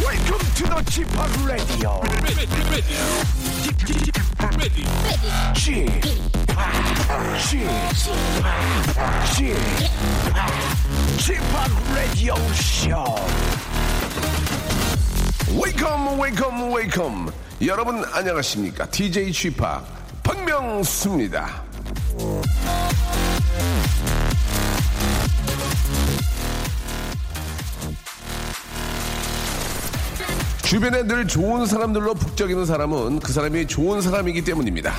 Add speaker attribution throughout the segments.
Speaker 1: Welcome to the Chip Radio. Chip Chip Chip Radio Show.
Speaker 2: 웨이컴 웨이컴 웨이컴 여러분 안녕하십니까 DJ 취파 박명수입니다 주변에 늘 좋은 사람들로 북적이는 사람은 그 사람이 좋은 사람이기 때문입니다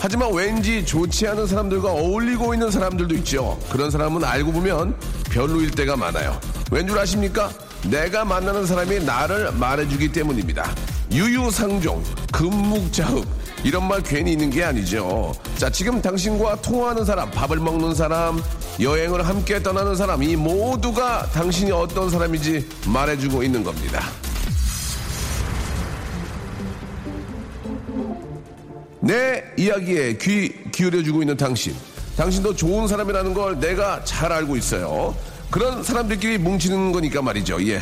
Speaker 2: 하지만 왠지 좋지 않은 사람들과 어울리고 있는 사람들도 있죠 그런 사람은 알고 보면 별로일 때가 많아요 왠 줄 아십니까? 내가 만나는 사람이 나를 말해주기 때문입니다 유유상종 금묵자흑 이런 말 괜히 있는 게 아니죠. 자, 지금 당신과 통화하는 사람, 밥을 먹는 사람, 여행을 함께 떠나는 사람, 이 모두가 당신이 어떤 사람인지 말해주고 있는 겁니다. 내 이야기에 귀 기울여주고 있는 당신. 당신도 좋은 사람이라는 걸 내가 잘 알고 있어요. 그런 사람들끼리 뭉치는 거니까 말이죠. 예.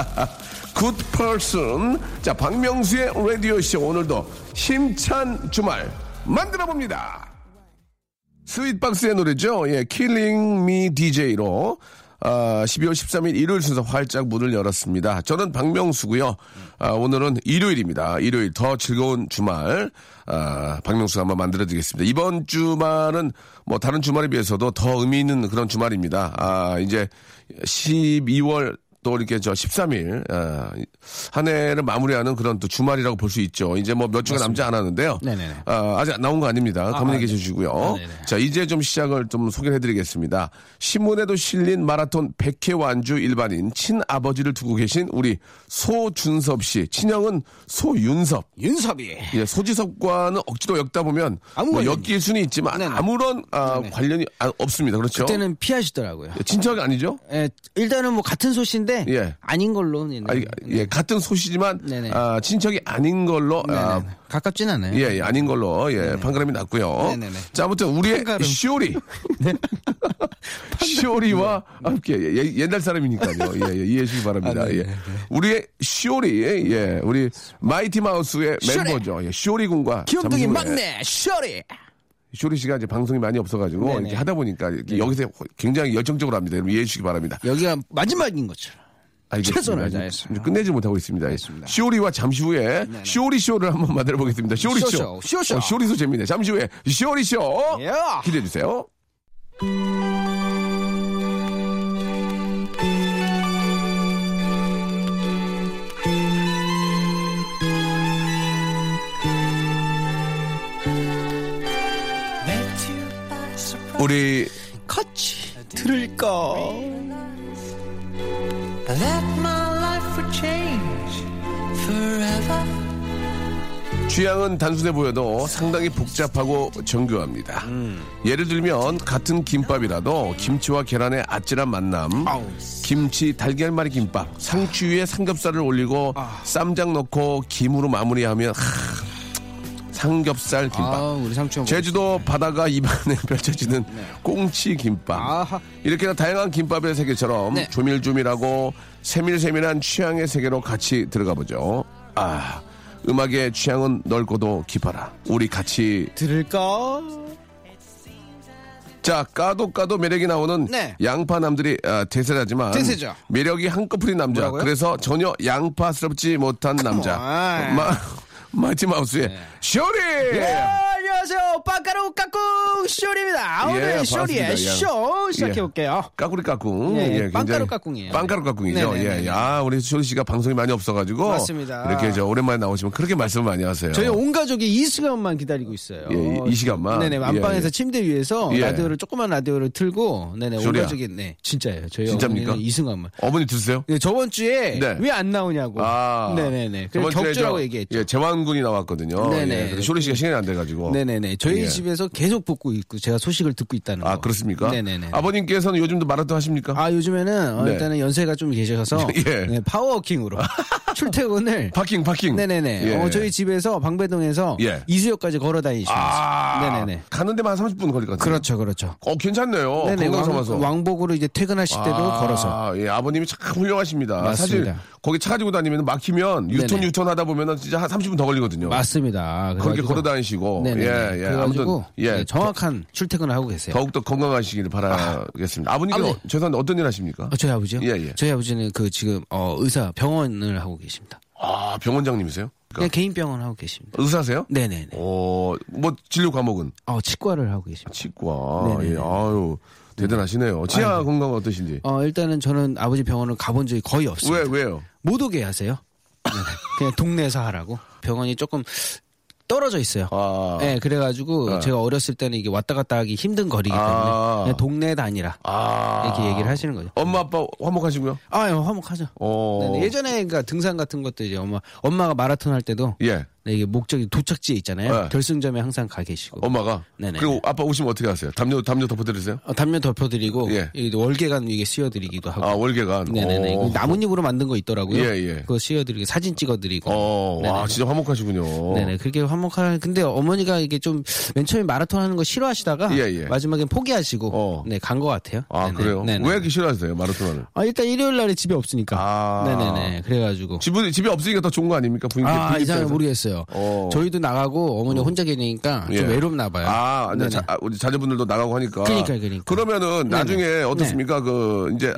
Speaker 2: 굿 person. 자, 박명수의 라디오쇼 오늘도 힘찬 주말 만들어 봅니다. 스윗박스의 노래죠. 예, Killing Me DJ로. 아, 12월 13일 일요일 순서 활짝 문을 열었습니다. 저는 박명수고요. 아, 오늘은 일요일입니다. 일요일 더 즐거운 주말 아, 박명수가 한번 만들어드리겠습니다. 이번 주말은 뭐 다른 주말에 비해서도 더 의미 있는 그런 주말입니다. 아, 이제 12월 또 이렇게 저 13일 아, 한 해를 마무리하는 그런 또 주말이라고 볼 수 있죠. 이제 뭐 몇 주가 남지 않았는데요.
Speaker 3: 네네네.
Speaker 2: 아, 아직 안 나온 거 아닙니다. 가만히 계셔 주시고요.
Speaker 3: 아, 네네.
Speaker 2: 자, 이제 좀 시작을 좀 소개해 드리겠습니다. 신문에도 실린 마라톤 100회 완주 일반인 친아버지를 두고 계신 우리 소준섭 씨. 친형은 소윤섭.
Speaker 3: 윤섭이.
Speaker 2: 예, 소지섭과는 억지로 엮다 보면
Speaker 3: 아무
Speaker 2: 뭐
Speaker 3: 관련이
Speaker 2: 엮일 수는 있지만
Speaker 3: 네네.
Speaker 2: 아무런 아,
Speaker 3: 네네.
Speaker 2: 관련이 아, 없습니다. 그렇죠?
Speaker 3: 그때는 피하시더라고요.
Speaker 2: 예, 친척이 아니죠?
Speaker 3: 예, 일단은 뭐 같은 소씨인데
Speaker 2: 예.
Speaker 3: 아닌 걸로. 네,
Speaker 2: 아니,
Speaker 3: 네.
Speaker 2: 예, 같은 소시지만
Speaker 3: 네네.
Speaker 2: 아, 친척이 아닌 걸로 아,
Speaker 3: 네네네. 가깝진 않아요.
Speaker 2: 예, 예, 아닌 걸로 예, 판가름이 났고요.
Speaker 3: 네. 네네네.
Speaker 2: 자, 아무튼 우리의
Speaker 3: 판가름. 네.
Speaker 2: 시오리. 시오리와 함께 예, 예, 옛날 사람이니까요. 예, 예, 이해해 주시기 바랍니다.
Speaker 3: 아, 네네네.
Speaker 2: 예. 우리의 시오리. 예, 우리 마이티 마우스의
Speaker 3: 시오리.
Speaker 2: 멤버죠. 예, 시오리 군과 잠시
Speaker 3: 기염둥이
Speaker 2: 후에
Speaker 3: 막내 쇼리.
Speaker 2: 쇼리 씨가 이제 방송이 많이 없어가지고
Speaker 3: 네네.
Speaker 2: 이렇게 하다 보니까 이렇게 여기서 굉장히 열정적으로 합니다. 여러분 이해해 주시기 바랍니다.
Speaker 3: 여기가 마지막인 것처럼.
Speaker 2: 알겠습니다.
Speaker 3: 최선을
Speaker 2: 아직
Speaker 3: 다해서.
Speaker 2: 이제 끝내지 못하고 있습니다.
Speaker 3: 알겠습니다. 네,
Speaker 2: 쇼리와 잠시 후에 쇼리 쇼를 한번 만들어 보겠습니다. 쇼리 쇼,
Speaker 3: 쇼쇼, 쇼쇼.
Speaker 2: 어, 쇼리 쇼 재밌네. 잠시 후에 쇼리 쇼
Speaker 3: 예.
Speaker 2: 기대해 주세요. 우리
Speaker 3: 같이 들을까.
Speaker 4: that my life would change forever.
Speaker 2: 취향은 단순해 보여도 상당히 복잡하고 정교합니다. 예를 들면 같은 김밥이라도 김치와 계란의 아찔한 만남, 김치 달걀말이 김밥, 상추 위에 삼겹살을 올리고 쌈장 넣고 김으로 마무리하면 하, 삼겹살 김밥.
Speaker 3: 아, 우리 상추.
Speaker 2: 음. 제주도 바다가 입안에 펼쳐지는 꽁치 김밥.
Speaker 3: 네. 아하.
Speaker 2: 이렇게나 다양한 김밥의 세계처럼
Speaker 3: 네.
Speaker 2: 조밀조밀하고 세밀세밀한 취향의 세계로 같이 들어가 보죠. 아, 음악의 취향은 넓고도 깊어라. 우리 같이
Speaker 3: 들을까.
Speaker 2: 자 까도 까도 매력이 나오는
Speaker 3: 네.
Speaker 2: 양파 남들이 아, 대세라지만
Speaker 3: 대세죠.
Speaker 2: 매력이 한꺼풀인 남자.
Speaker 3: 뭐라고요?
Speaker 2: 그래서 전혀 양파스럽지 못한 남자.
Speaker 3: on. 네.
Speaker 2: 마, 마티 마우스의 쇼리.
Speaker 3: 예, 안녕 안녕하세요. 빠까루 까꿍 쇼리입니다.
Speaker 2: 예,
Speaker 3: 오늘
Speaker 2: 반갑습니다.
Speaker 3: 쇼리의
Speaker 2: 예.
Speaker 3: 쇼 시작해볼게요.
Speaker 2: 까꾸리 까꿍.
Speaker 3: 예, 예,
Speaker 2: 굉장히-
Speaker 3: 빵가루 까꿍이에요.
Speaker 2: 빵가루 까꿍이죠.
Speaker 3: 네네네.
Speaker 2: 예, 야, 우리 쇼리 씨가 방송이 많이 없어가지고.
Speaker 3: 맞습니다.
Speaker 2: 이렇게 저 오랜만에 나오시면 그렇게 말씀을 많이 하세요.
Speaker 3: 저희 온 가족이 이 시간만 기다리고 있어요.
Speaker 2: 예, 이- 이 시간만?
Speaker 3: 네네.
Speaker 2: 예,
Speaker 3: 안방에서
Speaker 2: 예.
Speaker 3: 침대 위에서
Speaker 2: 예.
Speaker 3: 라디오를 조그만 라디오를 틀고 네네. 온
Speaker 2: 소리야.
Speaker 3: 가족이 네 진짜예요. 저희
Speaker 2: 진짜입니까?
Speaker 3: 어머니는 이승환만.
Speaker 2: 어머니 드세요?
Speaker 3: 네, 저번 주에
Speaker 2: 네.
Speaker 3: 왜 안 나오냐고.
Speaker 2: 아.
Speaker 3: 네네네. 그래서
Speaker 2: 저번 주에
Speaker 3: 격주라고
Speaker 2: 저-
Speaker 3: 얘기했죠.
Speaker 2: 예, 재환군이 나왔거든요.
Speaker 3: 네네.
Speaker 2: 예, 그래서 쇼리 씨가 시간이 안 돼가지고.
Speaker 3: 네네네. 저희
Speaker 2: 예.
Speaker 3: 집에서 계속 듣고 있고 제가 소식을 듣고 있다는 거.
Speaker 2: 아, 그렇습니까?
Speaker 3: 네네네.
Speaker 2: 아버님께서는 요즘도 마라톤 하십니까?
Speaker 3: 아 요즘에는 어,
Speaker 2: 네.
Speaker 3: 일단은 연세가 좀 계셔서
Speaker 2: 예.
Speaker 3: 네, 파워워킹으로 출퇴근을
Speaker 2: 파킹, 파킹.
Speaker 3: 네네네.
Speaker 2: 예.
Speaker 3: 어, 저희 집에서 방배동에서
Speaker 2: 예.
Speaker 3: 이수역까지 걸어 다니시면서
Speaker 2: 아,
Speaker 3: 네네네.
Speaker 2: 가는 데만 한 30분 걸리거든요.
Speaker 3: 그렇죠, 그렇죠.
Speaker 2: 어, 괜찮네요. 건강 삼아서.
Speaker 3: 왕, 복으로 이제 퇴근하실 때도
Speaker 2: 아,
Speaker 3: 걸어서.
Speaker 2: 예, 아버님이 참 훌륭하십니다.
Speaker 3: 맞습니다.
Speaker 2: 사실 거기 차 가지고 다니면 막히면 유턴
Speaker 3: 네네.
Speaker 2: 유턴 하다 보면 진짜 한 30분 더 걸리거든요.
Speaker 3: 맞습니다.
Speaker 2: 그렇게
Speaker 3: 그래가지고-
Speaker 2: 걸어 다니시고
Speaker 3: 네네네.
Speaker 2: 예, 예. 아무튼
Speaker 3: 그래가지고
Speaker 2: 예.
Speaker 3: 네, 정확한 출퇴근을 하고 계세요.
Speaker 2: 더욱더 건강하시길 바라겠습니다. 아버님,
Speaker 3: 아버님.
Speaker 2: 어, 죄송한데 어떤 일 하십니까?
Speaker 3: 어, 저희 아버지요?
Speaker 2: 예, 예.
Speaker 3: 저희 아버지는 그 지금 어, 의사 병원을 하고 계십니다.
Speaker 2: 아, 병원장님이세요?
Speaker 3: 그냥
Speaker 2: 그러니까
Speaker 3: 개인 병원 하고 계십니다.
Speaker 2: 의사세요?
Speaker 3: 네네네.
Speaker 2: 어, 뭐 진료 과목은
Speaker 3: 어, 치과를 하고 계십니다.
Speaker 2: 치과.
Speaker 3: 네네네.
Speaker 2: 예, 아유, 대단하시네요. 치아 건강 어떠신지?
Speaker 3: 어, 일단은 저는 아버지 병원을 가본 적이 거의 없습니다.
Speaker 2: 왜 왜요?
Speaker 3: 못 오게 하세요. 네네. 그냥 동네에서 하라고. 병원이 조금 떨어져 있어요.
Speaker 2: 아.
Speaker 3: 네, 그래가지고 제가 어렸을 때는 이게 왔다 갔다 하기 힘든 거리기 때문에
Speaker 2: 아.
Speaker 3: 그냥 동네에 다니라
Speaker 2: 아.
Speaker 3: 이렇게 얘기를 하시는 거죠.
Speaker 2: 엄마 아빠 화목하시고요.
Speaker 3: 아, 예, 화목하죠.
Speaker 2: 어.
Speaker 3: 네네. 예전에 그 등산 같은 것도 이제 엄마 엄마가 마라톤 할 때도
Speaker 2: 예.
Speaker 3: 네, 이게 목적이 도착지에 있잖아요.
Speaker 2: 네.
Speaker 3: 결승점에 항상 가 계시고
Speaker 2: 엄마가
Speaker 3: 네네.
Speaker 2: 그리고 아빠 오시면 어떻게 하세요? 담요 담요 덮어드리세요?
Speaker 3: 어, 담요 덮어드리고
Speaker 2: 예.
Speaker 3: 이 월계관 위에 씌워드리기도 하고.
Speaker 2: 아 월계관.
Speaker 3: 네네네.
Speaker 2: 어.
Speaker 3: 이거 나뭇잎으로 만든 거 있더라고요.
Speaker 2: 예, 예.
Speaker 3: 그거 씌워드리고 사진 찍어드리고.
Speaker 2: 어, 와
Speaker 3: 네네네.
Speaker 2: 진짜 화목하시군요.
Speaker 3: 네네 그렇게 화목할 근데 어머니가 이게 좀 맨 처음에 마라톤 하는 거 싫어하시다가
Speaker 2: 예, 예.
Speaker 3: 마지막엔 포기하시고
Speaker 2: 어.
Speaker 3: 네간 것 같아요.
Speaker 2: 아
Speaker 3: 네네.
Speaker 2: 그래요?
Speaker 3: 네네.
Speaker 2: 왜 이렇게 싫어하세요 마라톤을?
Speaker 3: 아 일단 일요일 날에 집에 없으니까.
Speaker 2: 아.
Speaker 3: 네네네 그래가지고.
Speaker 2: 집은 집에 없으니까 더 좋은 거 아닙니까? 부인
Speaker 3: 아
Speaker 2: 부인
Speaker 3: 이상해
Speaker 2: 입장에서.
Speaker 3: 모르겠어요.
Speaker 2: 어.
Speaker 3: 저희도 나가고 어머니 혼자 계니까
Speaker 2: 예.
Speaker 3: 좀 외롭나 봐요.
Speaker 2: 아, 아니,
Speaker 3: 네네.
Speaker 2: 자, 아, 우리 자녀분들도 나가고 하니까.
Speaker 3: 그러니까요, 그러니까요. 네. 음,
Speaker 2: 면은 나중에 어떻습니까? 그 이제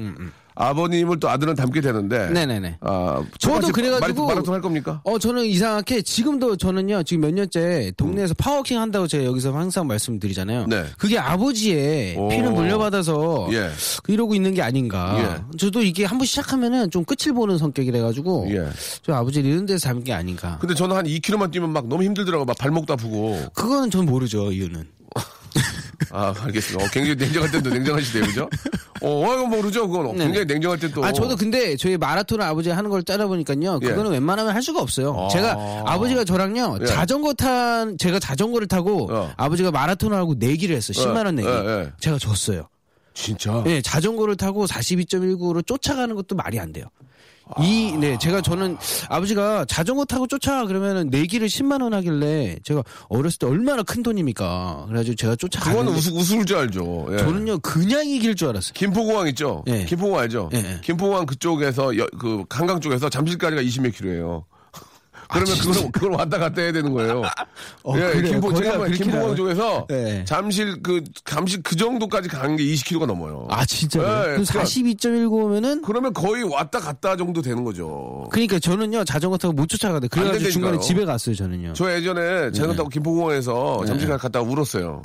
Speaker 2: 아버님을 또 아들은 닮게 되는데.
Speaker 3: 네네네.
Speaker 2: 아,
Speaker 3: 저도
Speaker 2: 똑같이
Speaker 3: 그래가지고
Speaker 2: 마라- 마라톤 할 겁니까?
Speaker 3: 어 저는 이상하게 지금도 저는요 지금 몇 년째 동네에서 파워킹 한다고 제가 여기서 항상 말씀드리잖아요.
Speaker 2: 음. 네.
Speaker 3: 그게 아버지의
Speaker 2: 오.
Speaker 3: 피를 물려받아서 그
Speaker 2: 예.
Speaker 3: 이러고 있는 게 아닌가. 저도 이게 한번 시작하면은 좀 끝을 보는 성격이라 가지고
Speaker 2: 예.
Speaker 3: 저 아버지를 이런 데서 잡은 게 아닌가.
Speaker 2: 근데 저는 한 2km만 뛰면 막 너무 힘들더라고. 막 발목도 아프고.
Speaker 3: 그거는 전 모르죠 이유는.
Speaker 2: 아, 알겠습니다. 어, 굉장히 냉정할 때도 냉정하시대요, 그죠? 어, 어, 이건 모르죠. 그건 굉장히 냉정할 때 또.
Speaker 3: 아 저도 근데 저희 마라톤을 아버지 하는 걸 따라보니까요.
Speaker 2: 예.
Speaker 3: 그거는 웬만하면 할 수가 없어요.
Speaker 2: 아.
Speaker 3: 제가 아버지가 저랑요
Speaker 2: 예.
Speaker 3: 자전거 탄 제가 자전거를 타고
Speaker 2: 어.
Speaker 3: 아버지가 마라톤을 하고 내기를 했어요. 10만 원 내기.
Speaker 2: 예, 예.
Speaker 3: 제가 졌어요.
Speaker 2: 진짜.
Speaker 3: 네, 자전거를 타고 42.19로 쫓아가는 것도 말이 안 돼요.
Speaker 2: 아.
Speaker 3: 이, 네, 제가 저는 아버지가 자전거 타고 쫓아가 그러면은 내기를 10만원 하길래 제가 어렸을 때 얼마나 큰 돈입니까. 그래가지고 제가
Speaker 2: 그거는
Speaker 3: 쫓아가는데
Speaker 2: 우스, 우스울 줄 알죠. 예.
Speaker 3: 저는요, 그냥 이길 줄 알았어요.
Speaker 2: 김포공항 있죠?
Speaker 3: 예.
Speaker 2: 김포공항 알죠?
Speaker 3: 예, 예.
Speaker 2: 김포공항 그쪽에서, 여- 그, 한강 쪽에서 잠실까지가 20몇 킬로예요. 그러면 그걸, 그걸 왔다 갔다 해야 되는 거예요.
Speaker 3: 아, 어,
Speaker 2: 예,
Speaker 3: 그래요?
Speaker 2: 김포,
Speaker 3: 거기가
Speaker 2: 제가
Speaker 3: 그렇게
Speaker 2: 김포공항
Speaker 3: 나와요?
Speaker 2: 쪽에서
Speaker 3: 예.
Speaker 2: 잠실 그, 잠실 그 정도까지 간 게 20km가 넘어요.
Speaker 3: 아, 진짜요?
Speaker 2: 예, 예.
Speaker 3: 그럼
Speaker 2: 그러니까-
Speaker 3: 42.19면은
Speaker 2: 그러면 거의 왔다 갔다 정도 되는 거죠.
Speaker 3: 그러니까 저는요, 자전거 타고 못 쫓아가는데 그래가지고
Speaker 2: 된다니까요.
Speaker 3: 중간에 집에 갔어요, 저는요.
Speaker 2: 저 예전에 자전거
Speaker 3: 네.
Speaker 2: 타고 김포공항에서 잠시 갔다가 울었어요.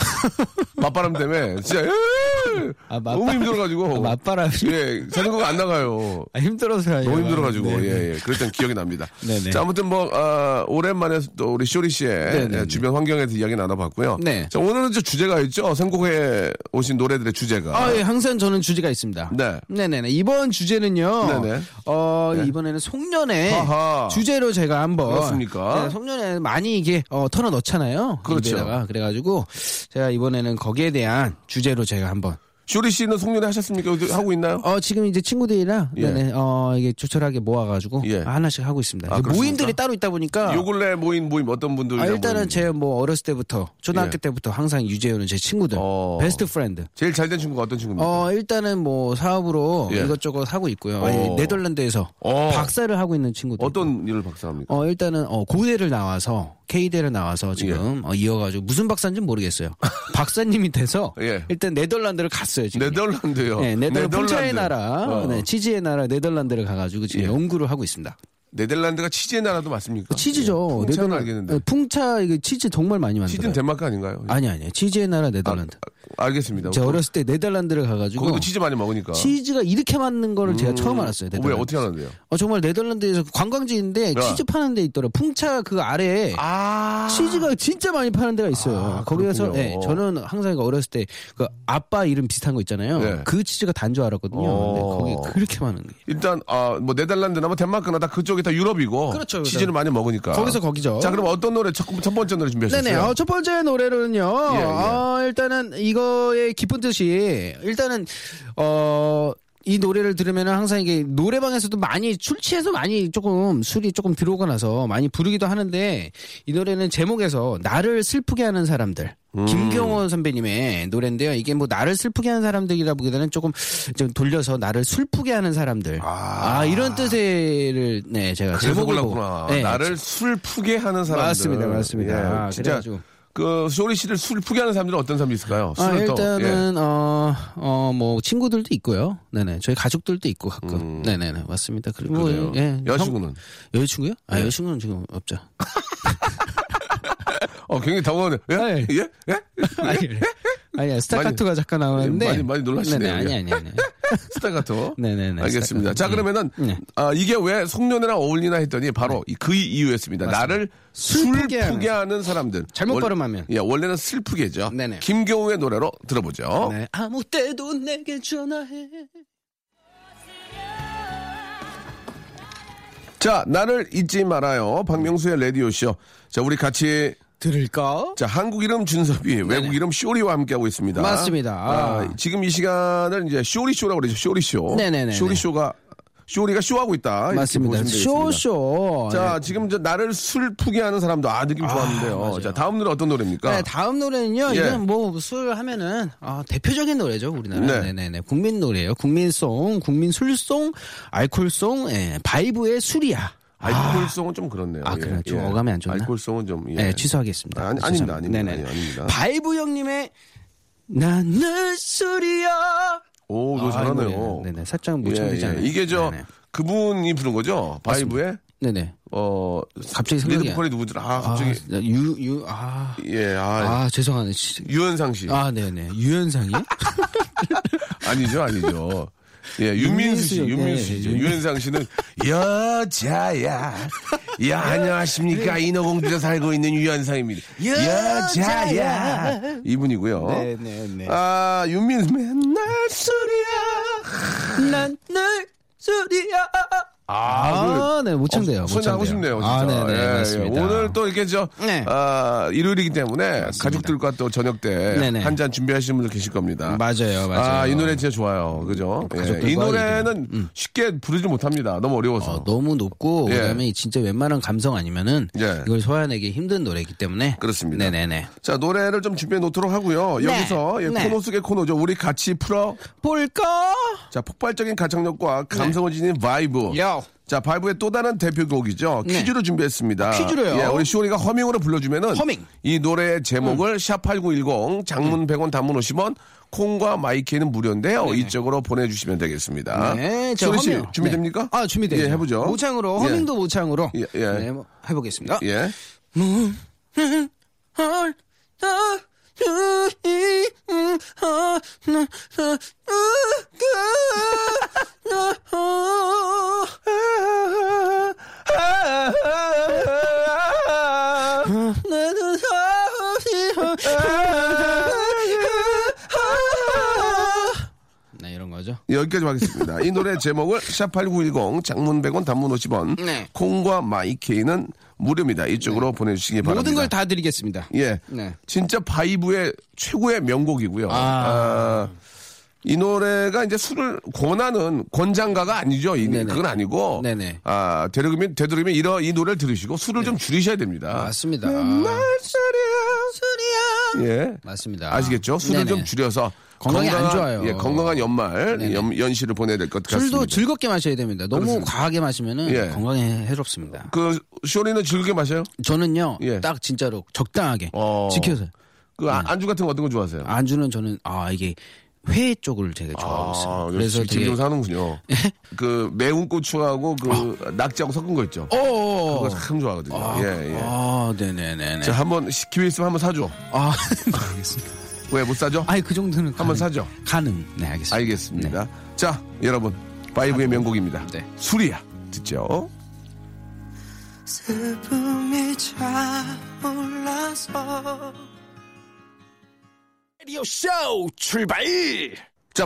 Speaker 2: 맞바람 때문에 진짜 에이!
Speaker 3: 아, 맞바-
Speaker 2: 너무 힘들어가지고
Speaker 3: 아, 맞바람이?
Speaker 2: 예 자전거가 안 나가요.
Speaker 3: 아, 힘들어서요. 네,
Speaker 2: 너무 힘들어가지고 예, 예 그랬던 기억이 납니다.
Speaker 3: 네네.
Speaker 2: 자 아무튼 뭐 아, 오랜만에 또 우리 쇼리 씨의 예, 주변 환경에 대해서 이야기 나눠봤고요.
Speaker 3: 네.
Speaker 2: 자 오늘은 저 주제가 있죠. 선곡에 오신 노래들의 주제가
Speaker 3: 아, 예, 항상 저는 주제가 있습니다.
Speaker 2: 네.
Speaker 3: 네네네. 이번 주제는요.
Speaker 2: 네네.
Speaker 3: 어, 이번에는 송년회
Speaker 2: 아하.
Speaker 3: 주제로 제가 한번.
Speaker 2: 그렇습니까?
Speaker 3: 네, 송년회 많이 이게 어, 털어 넣잖아요.
Speaker 2: 그렇죠.
Speaker 3: 입에다가. 그래가지고 제가 이번에는 거기에 대한 주제로 제가 한번.
Speaker 2: 쇼리 씨는 송년회 하셨습니까? 하고 있나요?
Speaker 3: 어, 지금 이제 친구들이랑
Speaker 2: 예.
Speaker 3: 네네. 어, 이게 조촐하게 모아가지고
Speaker 2: 예.
Speaker 3: 하나씩 하고 있습니다.
Speaker 2: 아,
Speaker 3: 이게
Speaker 2: 그렇습니까?
Speaker 3: 모임들이 따로 있다 보니까.
Speaker 2: 요 근래 모인 모임 어떤 분들
Speaker 3: 아, 일단은 제 뭐 어렸을 때부터 초등학교
Speaker 2: 예.
Speaker 3: 때부터 항상 유지해오는 제 친구들
Speaker 2: 어.
Speaker 3: 베스트 프렌드
Speaker 2: 제일 잘 된 친구가 어떤 친구입니까?
Speaker 3: 어 일단은 뭐 사업으로
Speaker 2: 예.
Speaker 3: 이것저것 하고 있고요.
Speaker 2: 어.
Speaker 3: 예, 네덜란드에서
Speaker 2: 어.
Speaker 3: 박사를 하고 있는 친구들.
Speaker 2: 어떤 일을 박사합니까?
Speaker 3: 어 일단은 어 고대를 나와서 K대를 나와서
Speaker 2: 예.
Speaker 3: 지금 어, 이어가지고 무슨 박사인지 는 모르겠어요. 박사님이 돼서
Speaker 2: 예.
Speaker 3: 일단 네덜란드를 갔어요 지금.
Speaker 2: 네덜란드요.
Speaker 3: 네, 네덜란드. 예, 풍차의 나라,
Speaker 2: 어.
Speaker 3: 네, 치즈의 나라 네덜란드를 가가지고 지금
Speaker 2: 예.
Speaker 3: 연구를 하고 있습니다.
Speaker 2: 네덜란드가 치즈의 나라도 맞습니까?
Speaker 3: 치즈죠.
Speaker 2: 네,
Speaker 3: 네덜란드.
Speaker 2: 알겠는데.
Speaker 3: 네, 풍차 이거 치즈 정말 많이 만들어요.
Speaker 2: 치즈는 덴마크 아닌가요?
Speaker 3: 아니 아니 치즈의 나라 네덜란드.
Speaker 2: 네. 아, 알겠습니다.
Speaker 3: 제가 어렸을 때 네덜란드를 가가지고
Speaker 2: 거기도 치즈 많이 먹으니까.
Speaker 3: 가 이렇게 맞는 거를 제가 처음 알았어요.
Speaker 2: 왜
Speaker 3: 네덜란드.
Speaker 2: 어떻게 하는데요?
Speaker 3: 어, 정말 네덜란드에서 관광지인데
Speaker 2: 네.
Speaker 3: 치즈 파는 데 있더라. 풍차 그 아래에
Speaker 2: 아
Speaker 3: 치즈가 진짜 많이 파는 데가 있어요.
Speaker 2: 아,
Speaker 3: 거기에서
Speaker 2: 그렇군요.
Speaker 3: 예, 저는 항상 어렸을 때 그 아빠 이름 비슷한 거 있잖아요.
Speaker 2: 네.
Speaker 3: 그 치즈가 단 줄 알았거든요.
Speaker 2: 어.
Speaker 3: 근데 거기 그렇게 많은 게.
Speaker 2: 일단 아 뭐 네덜란드나 뭐 덴마크나 다 그쪽이 다 유럽이고
Speaker 3: 그렇죠,
Speaker 2: 치즈를
Speaker 3: 그렇죠.
Speaker 2: 많이 먹으니까.
Speaker 3: 거기서 거기죠.
Speaker 2: 자 그럼 어떤 노래 첫, 첫 번째 노래 준비하셨어요? 아,
Speaker 3: 네네. 어, 첫 번째 노래로는요.
Speaker 2: 예.
Speaker 3: 어, 일단은 이거의 깊은 뜻이 일단은 어. 이 노래를 들으면 항상 이게 노래방에서도 많이 술 취해서 많이 조금 술이 조금 들어오고 나서 많이 부르기도 하는데 이 노래는 제목에서 나를 슬프게 하는 사람들
Speaker 2: 음.
Speaker 3: 김경호 선배님의 노래인데요 이게 뭐 나를 슬프게 하는 사람들이라기보다는 조금 좀 돌려서 나를 슬프게 하는 사람들 아, 이런 뜻을 네 제가
Speaker 2: 그래서
Speaker 3: 제목을 보고-
Speaker 2: 골랐구나.
Speaker 3: 네,
Speaker 2: 나를 술 푸게 하는 사람들. 예,
Speaker 3: 맞습니다, 맞습니다. 아,
Speaker 2: 진짜
Speaker 3: 그래가지고.
Speaker 2: 그 쇼리 씨를 술 푸게 하는 사람들은 어떤 사람이 있을까요? 예.
Speaker 3: 아,
Speaker 2: 술을 또,
Speaker 3: 일단은 어, 어, 뭐 친구들도 있고요. 네네, 저희 가족들도 있고 가끔. 네네네, 맞습니다. 그리고
Speaker 2: 음. 그래요.
Speaker 3: 예,
Speaker 2: 여자친구는? 네.
Speaker 3: 형- 여자친구요? 아, 여자친구는 지금 없죠.
Speaker 2: 예. 어 굉장히 당황하네. 예?
Speaker 3: 네.
Speaker 2: 예? 예?
Speaker 3: 아니, 아니, 스타카토가 잠깐 나오는데
Speaker 2: 많이- 많이 놀라시네요.
Speaker 3: 네네, 아니 아니 아니.
Speaker 2: 스타가토.
Speaker 3: 네네네,
Speaker 2: 알겠습니다.
Speaker 3: 스타가토.
Speaker 2: 자 그러면은
Speaker 3: 네.
Speaker 2: 아, 이게 왜 송년회랑 어울리나 했더니 바로 이- 그 이유였습니다. 나를
Speaker 3: 슬프게
Speaker 2: 슬프게, 하는, 사람들.
Speaker 3: 잘못 발음하면.
Speaker 2: 예 원래는 슬프게죠.
Speaker 3: 네네.
Speaker 2: 김경우의 노래로 들어보죠.
Speaker 3: 네, 아무 때도 내게 전화해.
Speaker 2: 자 나를 잊지 말아요. 박명수의 라디오 쇼. 자 우리 같이
Speaker 3: 들을까?
Speaker 2: 자, 한국 이름 준섭이, 외국 이름 쇼리와 함께하고 있습니다.
Speaker 3: 맞습니다. 아.
Speaker 2: 아, 지금 이 시간을 이제 쇼리쇼라고 그러죠. 쇼리쇼.
Speaker 3: 네네네네.
Speaker 2: 쇼리쇼가, 쇼리가 쇼하고 있다. 이렇게
Speaker 3: 맞습니다.
Speaker 2: 보시면 되겠습니다.
Speaker 3: 쇼쇼.
Speaker 2: 자, 지금 저 나를 슬프게 하는 사람도 아, 느낌 좋았는데요. 자, 다음 노래 어떤 노래입니까?
Speaker 3: 네, 다음 노래는요.
Speaker 2: 그러니까. 예.
Speaker 3: 이건 뭐 술 하면은 아, 대표적인 노래죠 우리나라.
Speaker 2: 네.
Speaker 3: 네. 네네 국민 노래예요. 국민송, 국민 술송, 알콜송, 예, 바이브의 술이야.
Speaker 2: 알콜송은 좀 그렇네요. 예,
Speaker 3: 아, 그래요? 좀 어감이 안 좋나?
Speaker 2: 알콜송은 좀. 예.
Speaker 3: 네, 취소하겠습니다.
Speaker 2: 아, 아니,
Speaker 3: 죄송합니다.
Speaker 2: 아닙니다. 아닙니다.
Speaker 3: 네네.
Speaker 2: 아니, 아닙니다.
Speaker 3: 바이브 형님의 나는 술이야.
Speaker 2: 오, 노래
Speaker 3: 아, 이
Speaker 2: 잘하네요. 예,
Speaker 3: 노래는, 네네 살짝 모창되지 않아요.
Speaker 2: 이게 저,
Speaker 3: 네네.
Speaker 2: 그분이 부른 거죠? 바이브의?
Speaker 3: 네네.
Speaker 2: 어,
Speaker 3: 갑자기 생각이
Speaker 2: 리드 보컬이 누구더라? 아,
Speaker 3: 아,
Speaker 2: 갑자기.
Speaker 3: 유유아
Speaker 2: 예, 아.
Speaker 3: 아, 죄송하네. 씨.
Speaker 2: 유현상 씨.
Speaker 3: 아, 네네. 유현상이요?
Speaker 2: 아니죠, 아니죠. 예, 윤민수 씨,
Speaker 3: 윤민수
Speaker 2: 윤민수
Speaker 3: 형,
Speaker 2: 씨.
Speaker 3: 예,
Speaker 2: 유현상 씨는 여자야. 야, 안녕하십니까.
Speaker 3: 네.
Speaker 2: 인어공주에 살고 있는 유현상입니다. 여자야. 이분이고요.
Speaker 3: 네네.
Speaker 2: 어? 아, 윤민 맨날 술이야.
Speaker 3: 난널 소리야. 아, 네, 못 참대요. 못
Speaker 2: 그 어, 손하고 싶네요.
Speaker 3: 참대요.
Speaker 2: 진짜.
Speaker 3: 아, 네,
Speaker 2: 예,
Speaker 3: 네,
Speaker 2: 예.
Speaker 3: 맞습니다.
Speaker 2: 오늘 또 이렇게 저
Speaker 3: 네.
Speaker 2: 아, 일요일이기 때문에 가족들과 또 저녁 때
Speaker 3: 네네. 음,
Speaker 2: 한 잔 준비하시는 분들 계실 겁니다.
Speaker 3: 맞아요, 맞아요.
Speaker 2: 아, 이 노래 진짜 좋아요. 그죠? 예,
Speaker 3: 가족들과 음,
Speaker 2: 이 노래는 쉽게 부르지 못합니다. 너무 어려워서.
Speaker 3: 어, 너무 높고
Speaker 2: 예.
Speaker 3: 그다음에 진짜 웬만한 감성 아니면은
Speaker 2: 예.
Speaker 3: 이걸 소화하기 힘든 노래이기 때문에
Speaker 2: 그렇습니다.
Speaker 3: 네네네.
Speaker 2: 자, 노래를 좀 준비해 놓도록 하고요.
Speaker 3: 네.
Speaker 2: 여기서 예,
Speaker 3: 네.
Speaker 2: 코너 속의 코너죠. 우리 같이 풀어.
Speaker 3: 볼까?
Speaker 2: 자, 폭발적인 가창력과 감성을 지닌 바이브.
Speaker 3: 네. 요.
Speaker 2: 자, 바이브의 또 다른 대표곡이죠.
Speaker 3: 네.
Speaker 2: 퀴즈로 준비했습니다.
Speaker 3: 퀴즈로요?
Speaker 2: 예, 우리 쇼리가 허밍으로 불러주면은
Speaker 3: 허밍. 음.
Speaker 2: 이 노래의 제목을 샵8910 장문 100원 단문 50원 콩과 마이키는 무료인데요. 이쪽으로 보내주시면 되겠습니다.
Speaker 3: 네, 저
Speaker 2: 쇼리 씨
Speaker 3: 허밍.
Speaker 2: 아, 준비됩니까?
Speaker 3: 네. 아, 준비돼요.
Speaker 2: 예, 해보죠.
Speaker 3: 모창으로
Speaker 2: 예.
Speaker 3: 허밍도 모창으로.
Speaker 2: 예, 예.
Speaker 3: 네, 뭐 해보겠습니다.
Speaker 2: 예.
Speaker 3: 음, 아, 아. 네, 이런 거죠.
Speaker 2: 여기까지 하겠습니다. 이 노래 제목을 샵8910 장문 100원 단문 50원
Speaker 3: 네.
Speaker 2: 콩과 마이케이는 무료입니다. 이쪽으로 보내주시기 바랍니다.
Speaker 3: 모든 걸 다 드리겠습니다.
Speaker 2: 예.
Speaker 3: 네.
Speaker 2: 진짜 바이브의 최고의 명곡이고요. 아. 이 노래가 이제 술을 권하는 권장가가 아니죠. 이,
Speaker 3: 네네.
Speaker 2: 그건 아니고.
Speaker 3: 네네. 네.
Speaker 2: 아, 되도록이면, 되도록이면 이러, 이 노래를 들으시고 술을 좀 줄이셔야 됩니다.
Speaker 3: 맞습니다. 아.
Speaker 2: 맨날 술이야. 술이야. 예.
Speaker 3: 맞습니다.
Speaker 2: 아시겠죠? 술을
Speaker 3: 네네.
Speaker 2: 좀 줄여서.
Speaker 3: 건강에 안
Speaker 2: 건강한-
Speaker 3: 좋아요.
Speaker 2: 예, 건강한 연말, 연, 연시를 보내야 될 것 같습니다.
Speaker 3: 술도 즐겁게 마셔야 됩니다. 너무 과하게 마시면은
Speaker 2: 예.
Speaker 3: 건강에 해롭습니다.
Speaker 2: 그, 쇼리는 즐겁게 마셔요?
Speaker 3: 저는요,
Speaker 2: 예.
Speaker 3: 딱 진짜로 적당하게
Speaker 2: 어.
Speaker 3: 지켜서 네.
Speaker 2: 그 아- 안주 같은 거 어떤 거 좋아하세요?
Speaker 3: 안주는 저는 아 이게 회 쪽을 되게 좋아하고 있어요.
Speaker 2: 아,
Speaker 3: 그래서
Speaker 2: 지금
Speaker 3: 되게 예?
Speaker 2: 좀 사는군요. 그 매운 고추하고 그 낙지하고 섞은 거 있죠.
Speaker 3: 어.
Speaker 2: 그거 참 좋아하거든요. 예, 예.
Speaker 3: 아, 네네네네.
Speaker 2: 자, 한번 시- 기회 있으면 한번 사줘.
Speaker 3: 아, 네, 알겠습니다.
Speaker 2: 왜 못 사죠?
Speaker 3: 아니 그 정도는
Speaker 2: 한번
Speaker 3: 가능.
Speaker 2: 사죠.
Speaker 3: 가능. 네, 알겠습니다.
Speaker 2: 알겠습니다. 자, 여러분. 파이브의 명곡입니다.
Speaker 3: 네.
Speaker 2: 수리야. 듣죠?
Speaker 4: 슬픔이 차올라서
Speaker 1: 라디오 쇼 출발!
Speaker 2: 자,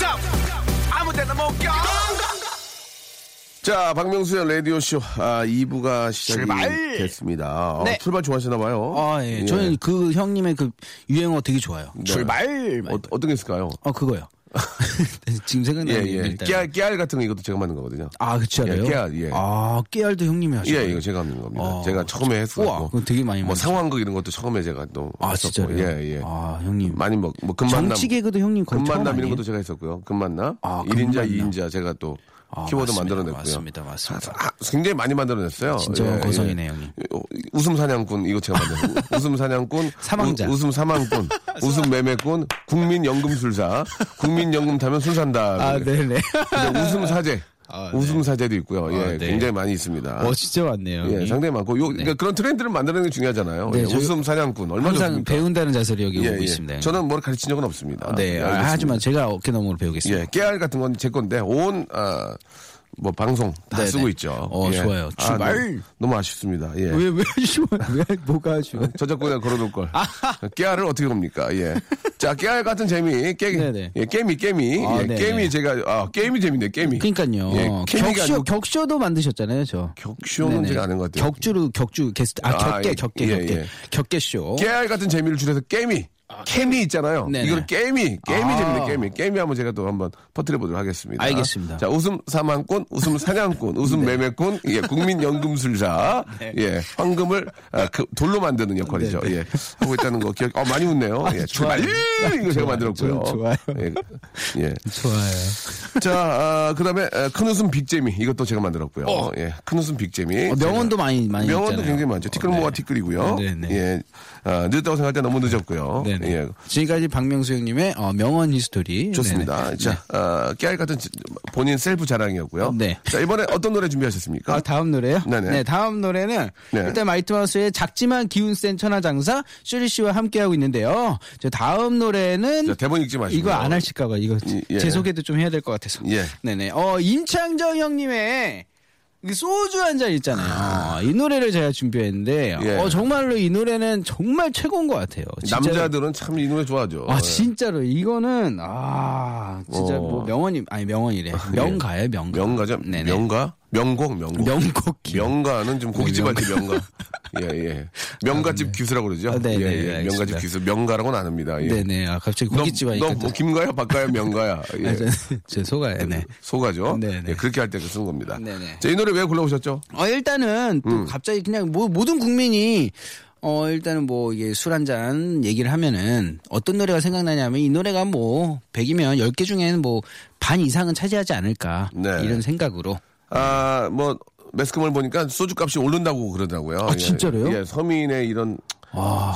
Speaker 1: 자, 아무데나 못 껴!
Speaker 2: 자, 박명수의 라디오쇼 아, 2부가 시작이
Speaker 1: 출발!
Speaker 2: 됐습니다. 아,
Speaker 3: 네.
Speaker 2: 출발 좋아하시나봐요.
Speaker 3: 아, 예. 저는 그 형님의 그 유행어 되게 좋아요.
Speaker 2: 출발! 네. 어, 어떤 게 있을까요?
Speaker 3: 어, 그거요. 지금
Speaker 2: 예,
Speaker 3: 생각나는 게
Speaker 2: 예.
Speaker 3: 네, 일단.
Speaker 2: 깨알, 깨알 같은 거 이것도 제가 만든 거거든요.
Speaker 3: 아, 그치, 알아요?
Speaker 2: 예, 깨알, 예.
Speaker 3: 아, 깨알도 형님이 하시고.
Speaker 2: 예, 이거 제가 만든 겁니다.
Speaker 3: 어,
Speaker 2: 제가 처음에 했었고.
Speaker 3: 우와, 그거 되게 많이
Speaker 2: 뭐
Speaker 3: 만드셨-
Speaker 2: 상황극 이런 것도 처음에 제가 또.
Speaker 3: 아,
Speaker 2: 했었고.
Speaker 3: 진짜요?
Speaker 2: 예, 예.
Speaker 3: 아, 형님.
Speaker 2: 많이 뭐, 뭐 금만남.
Speaker 3: 정치 개그도 형님 거의 처음
Speaker 2: 금만남 이런
Speaker 3: 아니에요?
Speaker 2: 것도 제가 했었고요. 금만남.
Speaker 3: 아,
Speaker 2: 일 1인자,
Speaker 3: 금만남.
Speaker 2: 이인자 제가 또
Speaker 3: 아,
Speaker 2: 키워드
Speaker 3: 맞습니다.
Speaker 2: 만들어냈고요.
Speaker 3: 맞습니다, 맞습니다.
Speaker 2: 아, 굉장히 많이 만들어냈어요. 예,
Speaker 3: 진짜 거성이네, 형님.
Speaker 2: 어, 웃음 사냥꾼 이거 제가 만든 거. 웃음 사냥꾼,
Speaker 3: 사망자.
Speaker 2: 우, 웃음 사망꾼, 웃음 매매꾼, 국민연금술사, 국민연금 타면 술 산다.
Speaker 3: 아, 네네. 네.
Speaker 2: 근데 웃음 사제, 웃음 사제도 있고요. 예,
Speaker 3: 아, 네.
Speaker 2: 굉장히 많이 있습니다.
Speaker 3: 어, 진짜 많네요.
Speaker 2: 예,
Speaker 3: 형님.
Speaker 2: 상당히 많고 요, 그러니까 그런 트렌드를 만드는 게 중요하잖아요.
Speaker 3: 네,
Speaker 2: 예,
Speaker 3: 저희-
Speaker 2: 웃음 사냥꾼 얼마나
Speaker 3: 항상
Speaker 2: 좋습니까?
Speaker 3: 배운다는 자세로 여기
Speaker 2: 예,
Speaker 3: 오고
Speaker 2: 예.
Speaker 3: 있습니다. 형님.
Speaker 2: 저는 뭘 가르친 적은 없습니다.
Speaker 3: 네,
Speaker 2: 예,
Speaker 3: 아,
Speaker 2: 알겠습니다.
Speaker 3: 하지만 제가 어깨너머로 배우겠습니다.
Speaker 2: 예, 깨알 같은 건 제 건데 온 아, 뭐 방송 다
Speaker 3: 네네.
Speaker 2: 쓰고 있죠.
Speaker 3: 어,
Speaker 2: 예.
Speaker 3: 좋아요.
Speaker 2: 아,
Speaker 3: 출발.
Speaker 2: 너무, 너무 아쉽습니다. 예. 아,
Speaker 3: 왜, 왜 하시면, 왜, 뭐가 하시면.
Speaker 2: 저작권에 걸어둘 걸.
Speaker 3: 아.
Speaker 2: 깨알을 어떻게 겁니까? 예. 자, 깨알 같은 재미, 깨,
Speaker 3: 네네.
Speaker 2: 예, 깨미, 깨미,
Speaker 3: 아,
Speaker 2: 예,
Speaker 3: 네네.
Speaker 2: 깨미 제가 아, 깨미 재밌네, 깨미.
Speaker 3: 그니까요.
Speaker 2: 예, 깨미가
Speaker 3: 격쇼,
Speaker 2: 아니고
Speaker 3: 격쇼도 만드셨잖아요, 저.
Speaker 2: 격쇼는
Speaker 3: 네네.
Speaker 2: 제가 아는 것 같아요.
Speaker 3: 격주로, 격주, 게스트, 아,
Speaker 2: 아,
Speaker 3: 격계,
Speaker 2: 예,
Speaker 3: 격계,
Speaker 2: 예,
Speaker 3: 격계.
Speaker 2: 예.
Speaker 3: 격계쇼.
Speaker 2: 깨알 같은 재미를 줄여서 깨미. 깨미 있잖아요.
Speaker 3: 네네.
Speaker 2: 이걸 깨미, 깨미
Speaker 3: 아.
Speaker 2: 재밌네, 깨미. 깨미 한번 제가 또 한번 퍼뜨려 보도록 하겠습니다.
Speaker 3: 알겠습니다. 네.
Speaker 2: 자, 웃음 사망꾼, 웃음 사냥꾼, 웃음 매매꾼, 예, 국민연금술사, 예, 황금을 아, 그 돌로 만드는 역할이죠.
Speaker 3: 네,
Speaker 2: 예, 하고 있다는 거 기억, 어, 많이 웃네요. 예, 출발! 이거 제가 만들었고요.
Speaker 3: 저는 좋아요.
Speaker 2: 예, 예.
Speaker 3: 좋아요.
Speaker 2: 자, 아, 그다음에 에, 큰 웃음 빅재미 이것도 제가 만들었고요. 예, 큰 웃음 빅재미.
Speaker 3: 어, 명언도 많이, 많이.
Speaker 2: 명언도
Speaker 3: 있잖아요.
Speaker 2: 굉장히 많죠. 티끌 모아 티끌이고요.
Speaker 3: 네, 네.
Speaker 2: 예, 아, 늦었다고 생각할 때 너무 늦었고요.
Speaker 3: 네네.
Speaker 2: 예,
Speaker 3: 지금까지 박명수 형님의 어, 명언 히스토리.
Speaker 2: 좋습니다.
Speaker 3: 네네.
Speaker 2: 자, 아, 깨알 같은 지- 본인 셀프 자랑이었고요.
Speaker 3: 네.
Speaker 2: 자, 이번에 어떤 노래 준비하셨습니까?
Speaker 3: 아, 다음 노래요?
Speaker 2: 네네.
Speaker 3: 네, 다음 노래는
Speaker 2: 네.
Speaker 3: 일단 마이트마우스의 작지만 기운 센 천하장사 슈리 씨와 함께하고 있는데요. 저 다음 노래는
Speaker 2: 자, 대본 읽지 마시고.
Speaker 3: 이거 안 하실까봐 이거
Speaker 2: 예.
Speaker 3: 제 소개도 좀 해야 될 것 같아서.
Speaker 2: 예.
Speaker 3: 네네. 어 임창정 형님의 그 소주 한 잔 있잖아요. 이 노래를 제가 준비했는데
Speaker 2: 예.
Speaker 3: 어 정말로 이 노래는 정말 최고인 것 같아요. 진짜로.
Speaker 2: 남자들은 참 이 노래 좋아하죠.
Speaker 3: 아 진짜로 이거는 아 진짜
Speaker 2: 어.
Speaker 3: 뭐 명언이 아니 명언이래 명가예요 명가
Speaker 2: 명가죠.
Speaker 3: 네네.
Speaker 2: 명가, 명곡, 명곡.
Speaker 3: 명곡
Speaker 2: 명가는 좀 고깃집
Speaker 3: 네,
Speaker 2: 아니 명가. 예, 예. 명가집 규수라고 그러죠.
Speaker 3: 아, 네,
Speaker 2: 예,
Speaker 3: 네,
Speaker 2: 예.
Speaker 3: 알겠습니다.
Speaker 2: 명가집 규수. 명가라고는 안 합니다. 예.
Speaker 3: 네네 아 갑자기 고깃집
Speaker 2: 너,
Speaker 3: 하니까
Speaker 2: 너
Speaker 3: 또-
Speaker 2: 뭐 김가야, 박가야, 명가야. 예.
Speaker 3: 아, 저- 제 소가예요 네.
Speaker 2: 소가죠.
Speaker 3: 네네.
Speaker 2: 예, 그렇게 할 때 쓰는 겁니다.
Speaker 3: 네네.
Speaker 2: 자, 이 노래 왜 골라오셨죠?
Speaker 3: 어 일단은 또 갑자기 그냥 뭐 모든 국민이 어 일단은 뭐 이게 술 한 잔 얘기를 하면은 어떤 노래가 생각나냐면 이 노래가 뭐 100이면 10개 중에는 뭐 반 이상은 차지하지 않을까
Speaker 2: 네.
Speaker 3: 이런 생각으로
Speaker 2: 아, 뭐 매스컴을 보니까 소주값이 오른다고 그러더라고요.
Speaker 3: 아, 진짜로요?
Speaker 2: 예, 예, 서민의 이런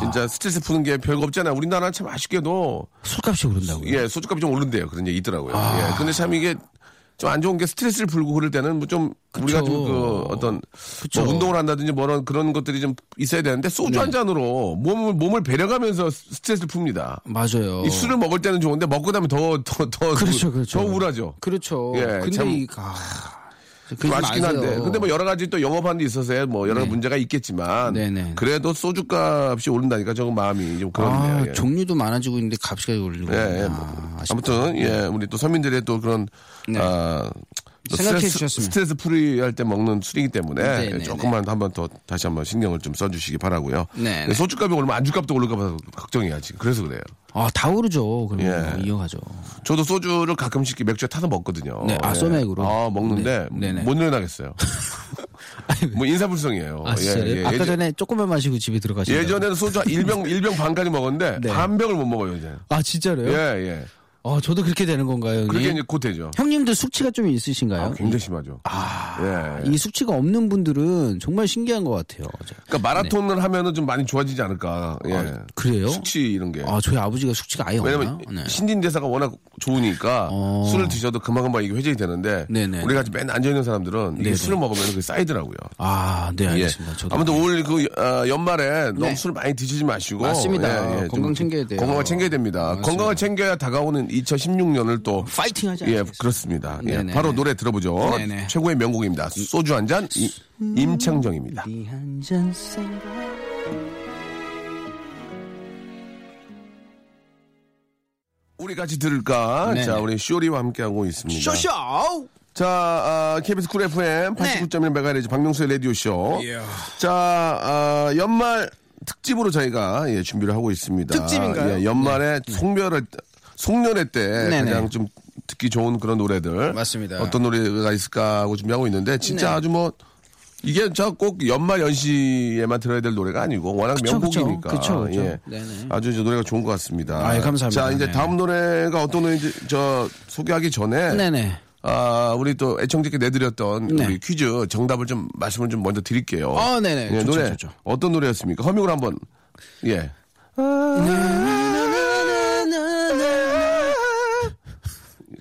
Speaker 2: 진짜 스트레스 푸는 게 별거 없잖아요. 우리나라는 참 아쉽게도
Speaker 3: 술값이 오른다고요.
Speaker 2: 예, 소주값이 좀 오른대요. 그런 얘기 있더라고요.
Speaker 3: 아.
Speaker 2: 예. 근데 참 이게 좀 안 좋은 게 스트레스를 풀고 그럴 때는 뭐 좀 우리가 좀 그 어떤
Speaker 3: 그쵸. 네.
Speaker 2: 뭐 운동을 한다든지 뭐런 그런 것들이 좀 있어야 되는데 소주 한 잔으로 몸을 몸을 배려가면서 스트레스를 풉니다.
Speaker 3: 맞아요.
Speaker 2: 이 술을 먹을 때는 좋은데 먹고 나면 더 더더 더,
Speaker 3: 어. 그렇죠, 그렇죠.
Speaker 2: 더 우울하죠.
Speaker 3: 그렇죠.
Speaker 2: 예,
Speaker 3: 근데
Speaker 2: 참-
Speaker 3: 이 아, 그러지
Speaker 2: 좀 아쉽긴
Speaker 3: 마세요. 네.
Speaker 2: 한데. 근데 뭐 여러 가지 또 영업하는 데 있어서 뭐 여러 가지 문제가 있겠지만
Speaker 3: 네네.
Speaker 2: 그래도 소주값이 오른다니까 조금 마음이 좀 그렇네요.
Speaker 3: 아,
Speaker 2: 예.
Speaker 3: 종류도 많아지고 있는데 값이 오르고 아,
Speaker 2: 예, 예. 뭐, 아무튼 예, 우리 또 서민들의 또 그런
Speaker 3: 네.
Speaker 2: 아,
Speaker 3: 생각해
Speaker 2: 스트레스-
Speaker 3: 주셨습니다.
Speaker 2: 스트레스 풀이 할 때 먹는 술이기 때문에
Speaker 3: 네, 네,
Speaker 2: 조금만 한번 더 다시 한번 신경을 좀 써주시기 바라고요.
Speaker 3: 네, 네.
Speaker 2: 소주값이 오르면 안주값도 오를까 봐 걱정이야 지금. 그래서 그래요.
Speaker 3: 아, 다 오르죠. 그러면
Speaker 2: 예.
Speaker 3: 이어가죠.
Speaker 2: 저도 소주를 가끔씩 맥주에 타서 먹거든요.
Speaker 3: 네, 아,
Speaker 2: 예.
Speaker 3: 소맥으로?
Speaker 2: 아, 먹는데
Speaker 3: 네, 네, 네.
Speaker 2: 못 일어나겠어요. 뭐 인사불성이에요.
Speaker 3: 아, 진짜요? 아까
Speaker 2: 예전-
Speaker 3: 전에 조금만 마시고 집에 들어가시죠.
Speaker 2: 예전에는 소주 한 일병 일병 반까지 먹었는데
Speaker 3: 네.
Speaker 2: 반 병을 못 먹어요 이제.
Speaker 3: 아, 진짜로요?
Speaker 2: 예, 예.
Speaker 3: 아, 저도 그렇게 되는 건가요? 형님?
Speaker 2: 그게 이제 고태죠.
Speaker 3: 형님들 숙취가 좀 있으신가요?
Speaker 2: 아, 굉장히 심하죠. 아, 예.
Speaker 3: 이 숙취가 없는 분들은 정말 신기한 것 같아요.
Speaker 2: 그러니까 마라톤을 하면은 좀 많이 좋아지지 않을까. 예.
Speaker 3: 네. 그래요?
Speaker 2: 숙취 이런 게.
Speaker 3: 아, 저희 아버지가 숙취가 아예
Speaker 2: 예. 왜냐면
Speaker 3: 없나? 네.
Speaker 2: 신진대사가 워낙 좋으니까
Speaker 3: 어.
Speaker 2: 술을 드셔도 금방금방 이게 회전이 되는데
Speaker 3: 네네.
Speaker 2: 우리가 아직 맨 앉아 있는 사람들은 이게
Speaker 3: 네네.
Speaker 2: 술을 먹으면 그게 쌓이더라고요.
Speaker 3: 아, 네, 알겠습니다.
Speaker 2: 예.
Speaker 3: 저도.
Speaker 2: 아무튼 올 그 연말에
Speaker 3: 네.
Speaker 2: 너무 술을 많이 드시지 마시고 예,
Speaker 3: 맞습니다.
Speaker 2: 좀
Speaker 3: 건강 챙겨야 돼요.
Speaker 2: 건강을 챙겨야 됩니다.
Speaker 3: 맞습니다.
Speaker 2: 건강을 챙겨야 다가오는 2016년을 또
Speaker 3: 파이팅 하자.
Speaker 2: 예, 그렇습니다. 예,
Speaker 3: 네네.
Speaker 2: 바로 노래 들어보죠.
Speaker 3: 네네.
Speaker 2: 최고의 명곡입니다. 소주 한 잔 임창정입니다.
Speaker 3: 한잔 생각.
Speaker 2: 우리 같이 들을까?
Speaker 3: 네네.
Speaker 2: 자, 우리 쇼리와 함께하고 있습니다.
Speaker 3: 쇼쇼!
Speaker 2: 자, 아, KBS 쿨 FM 89.1MHz 박명수의 라디오쇼.
Speaker 3: 네. 이야.
Speaker 2: 자, 아, 연말 특집으로 저희가 예, 준비를 하고 있습니다.
Speaker 3: 특집인가요? 네.
Speaker 2: 예, 연말에 송별을, 송년회 때
Speaker 3: 네네.
Speaker 2: 가장 좀 듣기 좋은 그런 노래들.
Speaker 3: 맞습니다. 네.
Speaker 2: 어떤 노래가 있을까 하고 준비하고 있는데, 진짜 아주 뭐, 이게 저 꼭 연말 연시에만 들어야 될 노래가 아니고 워낙
Speaker 3: 그쵸, 그쵸.
Speaker 2: 명곡이니까
Speaker 3: 그쵸, 그쵸.
Speaker 2: 예.
Speaker 3: 네네.
Speaker 2: 아주 이제 노래가 좋은 것 같습니다.
Speaker 3: 아이, 감사합니다.
Speaker 2: 자 이제
Speaker 3: 네.
Speaker 2: 다음 노래가 어떤 노래인지 저 소개하기 전에
Speaker 3: 네네.
Speaker 2: 아, 우리 또 애청자께 내드렸던
Speaker 3: 네.
Speaker 2: 우리 퀴즈 정답을 좀 말씀을 좀 먼저 드릴게요.
Speaker 3: 아, 네네.
Speaker 2: 예,
Speaker 3: 좋죠,
Speaker 2: 노래
Speaker 3: 좋죠.
Speaker 2: 어떤 노래였습니까? 허밍으로 한번 예.
Speaker 3: 아.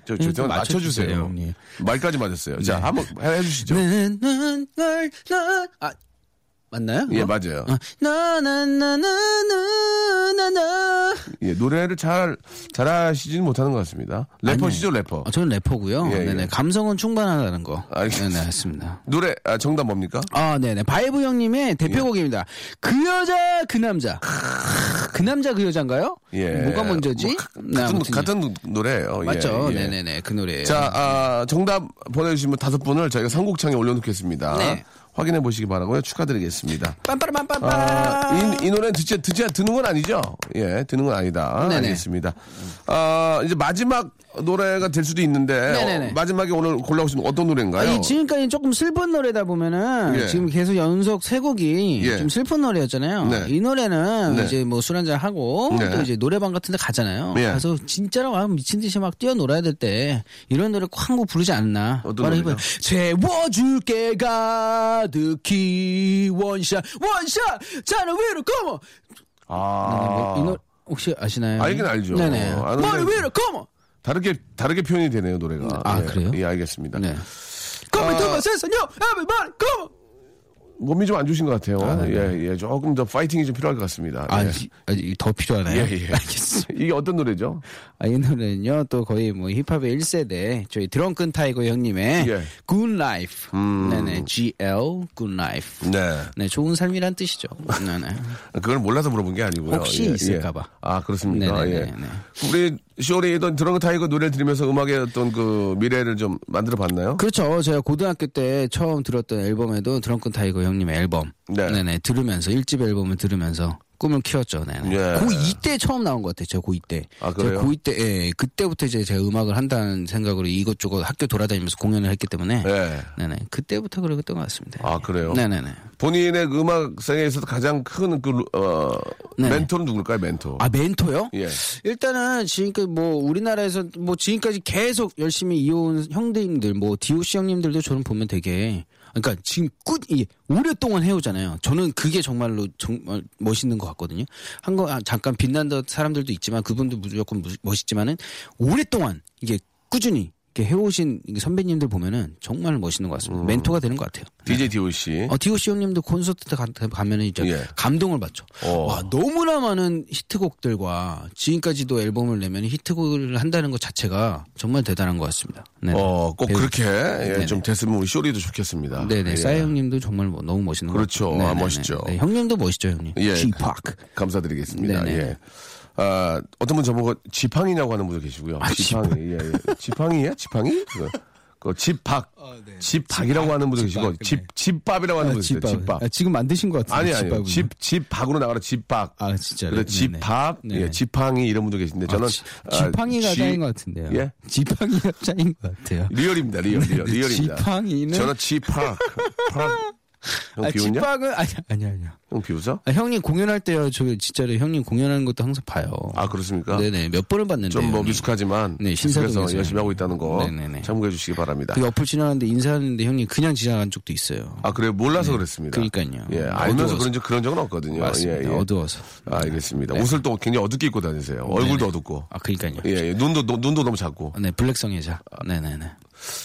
Speaker 2: 저, 저, 저
Speaker 3: 좀 음, 맞춰주세요,
Speaker 2: 맞춰주세요.
Speaker 3: 형님. 네.
Speaker 2: 말까지 맞았어요. 자, 한번 해주시죠.
Speaker 3: 나는 걸, 나, 아, 맞나요?
Speaker 2: 예,
Speaker 3: 어?
Speaker 2: 맞아요.
Speaker 3: 아, 나나나나나나나.
Speaker 2: 예, 노래를 잘, 잘하시지는 못하는 것 같습니다. 래퍼시죠, 래퍼.
Speaker 3: 아, 저는 래퍼고요.
Speaker 2: 예,
Speaker 3: 네네.
Speaker 2: 예.
Speaker 3: 감성은 충만하다는 거.
Speaker 2: 알겠습니다.
Speaker 3: 네네, 했습니다.
Speaker 2: 노래, 아, 정답 뭡니까?
Speaker 3: 아, 네네. 바이브 형님의
Speaker 2: 예.
Speaker 3: 대표곡입니다. 그 여자, 그 남자. 그 남자, 그 여자인가요?
Speaker 2: 예.
Speaker 3: 뭐가 먼저지?
Speaker 2: 뭐
Speaker 3: 네,
Speaker 2: 같은,
Speaker 3: 아무튼요.
Speaker 2: 같은 노래예요 예,
Speaker 3: 맞죠?
Speaker 2: 예.
Speaker 3: 네네네. 그 노래예요.
Speaker 2: 자, 아, 정답 보내주신 분 다섯 분을 저희가 선곡창에 올려놓겠습니다.
Speaker 3: 네.
Speaker 2: 확인해 보시기 바라고요. 축하드리겠습니다.
Speaker 3: 빰빠라빰빰빰.
Speaker 2: 아, 이, 이 노래는 듣지, 듣지, 드는 건 아니죠? 예, 드는 건 아니다.
Speaker 3: 네네.
Speaker 2: 알겠습니다. 아, 이제 마지막 노래가 될 수도 있는데,
Speaker 3: 네네네.
Speaker 2: 어, 마지막에 오늘 골라오신 어떤
Speaker 3: 아,
Speaker 2: 노래인가요?
Speaker 3: 이 지금까지 조금 슬픈 노래다 보면은
Speaker 2: 예.
Speaker 3: 지금 계속 연속 세 곡이
Speaker 2: 예.
Speaker 3: 좀 슬픈 노래였잖아요.
Speaker 2: 네.
Speaker 3: 이 노래는
Speaker 2: 네.
Speaker 3: 이제 뭐 술 한잔 하고
Speaker 2: 네.
Speaker 3: 또 이제 노래방 같은 데 가잖아요.
Speaker 2: 예.
Speaker 3: 가서 진짜로 막 미친 듯이 막 뛰어 놀아야 될 때 이런 노래 꼭 한 곡 부르지 않나.
Speaker 2: 어떤
Speaker 3: 바로
Speaker 2: 노래죠?
Speaker 3: 해봐요. 채워줄 게 가득히 원샷 원샷 자는 위로 고모.
Speaker 2: 아,
Speaker 3: 뭐, 이 노래 혹시 아시나요?
Speaker 2: 알긴 알죠.
Speaker 3: 네네.
Speaker 2: 아는데-
Speaker 3: 머리 위로 고모.
Speaker 2: 다르게, 다르게 표현이 되네요, 노래가.
Speaker 3: 아,
Speaker 2: 예.
Speaker 3: 그래요?
Speaker 2: 예, 알겠습니다.
Speaker 3: 네.
Speaker 2: 아.
Speaker 3: 고모 두번 세상요. 에브리바디 고모.
Speaker 2: 몸이 좀 안 좋으신 것 같아요. 예, 예. 조금 더 파이팅이 좀 필요할 것 같습니다.
Speaker 3: 네. 아,
Speaker 2: 예.
Speaker 3: 이- 아, 이더 필요하나요?
Speaker 2: 예, 예.
Speaker 3: 알겠습니다.
Speaker 2: 이게 어떤 노래죠?
Speaker 3: 아, 이 노래는요, 또 거의 뭐 힙합의 1세대, 저희 드렁큰 타이거 형님의
Speaker 2: 예. 음.
Speaker 3: Good Life. 네네, GL, Good Life.
Speaker 2: 네.
Speaker 3: 네, 좋은 삶이란 뜻이죠. 네네.
Speaker 2: 그걸 몰라서 물어본 게 아니고요.
Speaker 3: 혹시 있을까봐.
Speaker 2: 아 그렇습니까?
Speaker 3: 네네네네.
Speaker 2: 예. 우리 쇼리던 드렁크 타이거 노래 를 들으면서 음악의 어떤 그 미래를 좀 만들어 봤나요?
Speaker 3: 그렇죠. 제가 고등학교 때 처음 들었던 앨범에도 드렁큰 타이거 형님의 앨범.
Speaker 2: 네.
Speaker 3: 네네, 들으면서, 일집 앨범을 들으면서. 꿈을 키웠죠. 네네.
Speaker 2: 예.
Speaker 3: 고2 때 처음 나온 것 같아요. 제가 고2 때.
Speaker 2: 아, 그래요?
Speaker 3: 제가 고2 때, 예, 그때부터 이제 제가 음악을 한다는 생각으로 이것저것 학교 돌아다니면서 공연을 했기 때문에.
Speaker 2: 예.
Speaker 3: 네네. 그때부터 그랬던 것 같습니다.
Speaker 2: 아 그래요.
Speaker 3: 네네네.
Speaker 2: 본인의 그 음악 생애에서 가장 큰 그, 어,
Speaker 3: 네.
Speaker 2: 멘토는 누굴까요? 멘토.
Speaker 3: 아 멘토요?
Speaker 2: 예.
Speaker 3: 일단은 지금까지 뭐 우리나라에서 뭐 지금까지 계속 열심히 이어온 형제님들 뭐 디오씨 형님들도 저는 보면 되게 그러니까 지금 꾸 이- 오랫동안 해오잖아요. 저는 그게 정말로 정말 멋있는 것 같거든요. 한 거 아, 잠깐 빛난 듯 사람들도 있지만 그분도 무조건 무- 멋있지만은 오랫동안 이게 꾸준히 이렇게 해오신 이 선배님들 보면은 정말 멋있는
Speaker 2: 음.
Speaker 3: 것 같습니다. 멘토가 되는 것 같아요.
Speaker 2: DJ DOC.
Speaker 3: 어, 디오씨 형님도 콘서트 때 가- 가면은 이제
Speaker 2: 예.
Speaker 3: 감동을 받죠.
Speaker 2: 어.
Speaker 3: 와, 너무나 많은 히트곡들과 지금까지도 앨범을 내면 히트곡을 한다는 것 자체가 정말 대단한 것 같습니다. 네.
Speaker 2: 어, 꼭
Speaker 3: 배우-
Speaker 2: 그렇게 예,
Speaker 3: 네네.
Speaker 2: 좀 됐으면 우리 쇼리도 좋겠습니다.
Speaker 3: 네네.
Speaker 2: 예.
Speaker 3: 싸이 형님도 정말 뭐 너무 멋있는 것
Speaker 2: 그렇죠.
Speaker 3: 같아요.
Speaker 2: 아,
Speaker 3: 네네네.
Speaker 2: 멋있죠.
Speaker 3: 네, 형님도 멋있죠, 형님.
Speaker 2: 예.
Speaker 3: G-Park.
Speaker 2: 감사드리겠습니다.
Speaker 3: 네네.
Speaker 2: 예. 아, 어떤 분 저보고 지팡이냐고 하는 분도 계시고요.
Speaker 3: 아,
Speaker 2: 지팡이. 예, 예. 지팡이야? 지팡이? 그, 그 집박.
Speaker 3: 네.
Speaker 2: 집박이라고 하는 분도 계시고
Speaker 3: 집박,
Speaker 2: 집 집밥이라고 하는
Speaker 3: 아,
Speaker 2: 분 있어요.
Speaker 3: 집밥.
Speaker 2: 집밥.
Speaker 3: 아, 지금 만드신 것 같은데.
Speaker 2: 아니 아니
Speaker 3: 집밥은요?
Speaker 2: 집 집박으로 나가라 집박.
Speaker 3: 아, 진짜요?
Speaker 2: 그래
Speaker 3: 네네.
Speaker 2: 집밥,
Speaker 3: 네네.
Speaker 2: 예, 지팡이 이런 분도 계신데 저는
Speaker 3: 지-
Speaker 2: 아,
Speaker 3: 지팡이가
Speaker 2: 지-
Speaker 3: 짜인 것 같은데요.
Speaker 2: 예?
Speaker 3: 지팡이가 짜인 것 같아요.
Speaker 2: 리얼입니다, 리얼, 리얼,
Speaker 3: 네,
Speaker 2: 리얼입니다.
Speaker 3: 지팡이는-
Speaker 2: 저는 지팍, 팍. 형
Speaker 3: 아,
Speaker 2: 비웃냐?
Speaker 3: 집박은 아니 아니 아니요.
Speaker 2: 형 비웃어?
Speaker 3: 아, 형님 공연할 때요. 저 진짜로 형님 공연하는 것도 항상 봐요.
Speaker 2: 아 그렇습니까?
Speaker 3: 네네 몇 번을 봤는데.
Speaker 2: 좀 뭐
Speaker 3: 형님.
Speaker 2: 미숙하지만
Speaker 3: 네,
Speaker 2: 계속해서
Speaker 3: 신사동에서
Speaker 2: 열심히 하고 있다는 거
Speaker 3: 네네네.
Speaker 2: 참고해 주시기 바랍니다.
Speaker 3: 그 옆을 지나가는데 인사하는데 형님 그냥 지나간 적도 있어요.
Speaker 2: 아 그래 몰라서 그랬습니다.
Speaker 3: 네. 그러니까요.
Speaker 2: 예, 알면서
Speaker 3: 어두워서.
Speaker 2: 그런지 그런 적은 없거든요.
Speaker 3: 맞습니다.
Speaker 2: 예, 예.
Speaker 3: 어두워서. 네.
Speaker 2: 알겠습니다. 옷을 또 굉장히 어둡게 입고 다니세요. 얼굴도 어둡고.
Speaker 3: 아 그러니까요.
Speaker 2: 예, 아. 예. 눈도 노- 눈도 너무 작고.
Speaker 3: 네 블랙성애자. 네네네.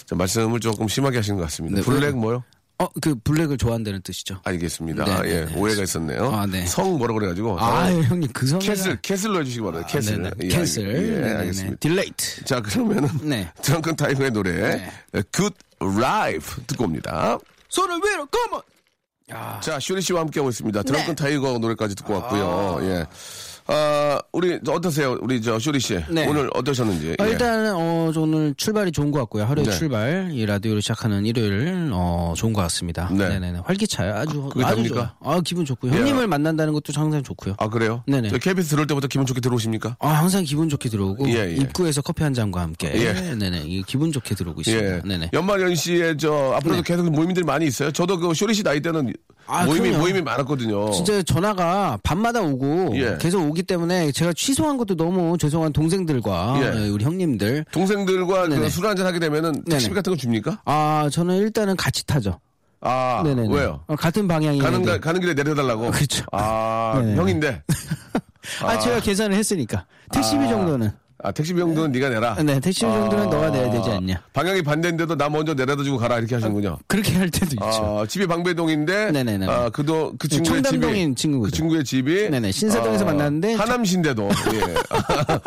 Speaker 2: 자, 말씀을 조금 심하게 하시는 것 같습니다.
Speaker 3: 네,
Speaker 2: 블랙
Speaker 3: 블랙.
Speaker 2: 뭐요?
Speaker 3: 어 그 블랙을 좋아한다는 뜻이죠.
Speaker 2: 알겠습니다.
Speaker 3: 네,
Speaker 2: 아, 예,
Speaker 3: 네, 네.
Speaker 2: 오해가 있었네요.
Speaker 3: 아, 네.
Speaker 2: 성 뭐라 그래가지고
Speaker 3: 아,
Speaker 2: 성-
Speaker 3: 형님 그 성애가.
Speaker 2: 예. 캐슬 캐슬로 해주시기 바랍니다. 캐슬.
Speaker 3: 네네.
Speaker 2: 예,
Speaker 3: 캔슬.
Speaker 2: 알- 예,
Speaker 3: 네네네.
Speaker 2: 알겠습니다.
Speaker 3: 딜레이트.
Speaker 2: 자 그러면은
Speaker 3: 네.
Speaker 2: 드렁큰 타이거의 노래 Good Life 듣고 옵니다.
Speaker 3: 손을 위로 꺼면.
Speaker 2: 자, 쇼리 씨와 함께하고 있습니다.
Speaker 3: 네.
Speaker 2: 드렁큰 타이거 노래까지 듣고 왔고요. 예. 아, 우리, 저 어떠세요? 우리 저 쇼리 씨.
Speaker 3: 네.
Speaker 2: 오늘 어떠셨는지.
Speaker 3: 아,
Speaker 2: 예.
Speaker 3: 일단은 어, 저 오늘 출발이 좋은 것 같고요. 하루의
Speaker 2: 네.
Speaker 3: 출발 이 라디오를 시작하는 일요일 어, 좋은 것 같습니다.
Speaker 2: 네.
Speaker 3: 네. 네네 활기차요. 아주
Speaker 2: 그게
Speaker 3: 아주
Speaker 2: 답니까?
Speaker 3: 좋아요. 아 기분 좋고요.
Speaker 2: 예.
Speaker 3: 형님을 만난다는 것도 항상 좋고요.
Speaker 2: 아, 그래요?
Speaker 3: 네네.
Speaker 2: 저 KBS 들어올 때부터 기분 좋게 들어오십니까?
Speaker 3: 아, 항상 기분 좋게 들어오고
Speaker 2: 예, 예.
Speaker 3: 입구에서 커피 한 잔과 함께
Speaker 2: 예.
Speaker 3: 네네 이 기분 좋게 들어오고 있습니다.
Speaker 2: 예.
Speaker 3: 네네. 네.
Speaker 2: 연말 연시에 저 앞으로도 계속 모임들이 많이 있어요. 저도 그 쇼리 씨 나이 때는
Speaker 3: 아,
Speaker 2: 모임이
Speaker 3: 그럼요.
Speaker 2: 모임이 많았거든요.
Speaker 3: 진짜 전화가 밤마다 오고
Speaker 2: 예.
Speaker 3: 계속 오기 때문에 제가 취소한 것도 너무 죄송한 동생들과
Speaker 2: 예.
Speaker 3: 예, 우리 형님들
Speaker 2: 동생들과 그
Speaker 3: 네네.
Speaker 2: 술 한잔 하게 되면은 택시
Speaker 3: 네네.
Speaker 2: 같은 거 줍니까?
Speaker 3: 아 저는 일단은 같이 타죠.
Speaker 2: 아,
Speaker 3: 네네네.
Speaker 2: 왜요?
Speaker 3: 어, 같은 방향이
Speaker 2: 가는 가, 가는 길에 내려달라고.
Speaker 3: 그렇죠.
Speaker 2: 아,
Speaker 3: 네네.
Speaker 2: 형인데.
Speaker 3: 아, 제가 계산을 했으니까 택시비 정도는
Speaker 2: 아, 택시 비용도는 네가 내라.
Speaker 3: 네 택시비 정도는
Speaker 2: 아,
Speaker 3: 너가 내야 되지 않냐
Speaker 2: 방향이 반대인데도 나 먼저 내려다 주고 가라 이렇게 하시는군요.
Speaker 3: 그렇게 할 때도 있죠
Speaker 2: 아, 집이 방배동인데
Speaker 3: 네네네.
Speaker 2: 아, 그도 그
Speaker 3: 네,
Speaker 2: 친구의
Speaker 3: 청담동인
Speaker 2: 집이
Speaker 3: 친구죠.
Speaker 2: 그 친구의 집이 아,
Speaker 3: 네네, 신사동에서 만났는데
Speaker 2: 하남신대도 예.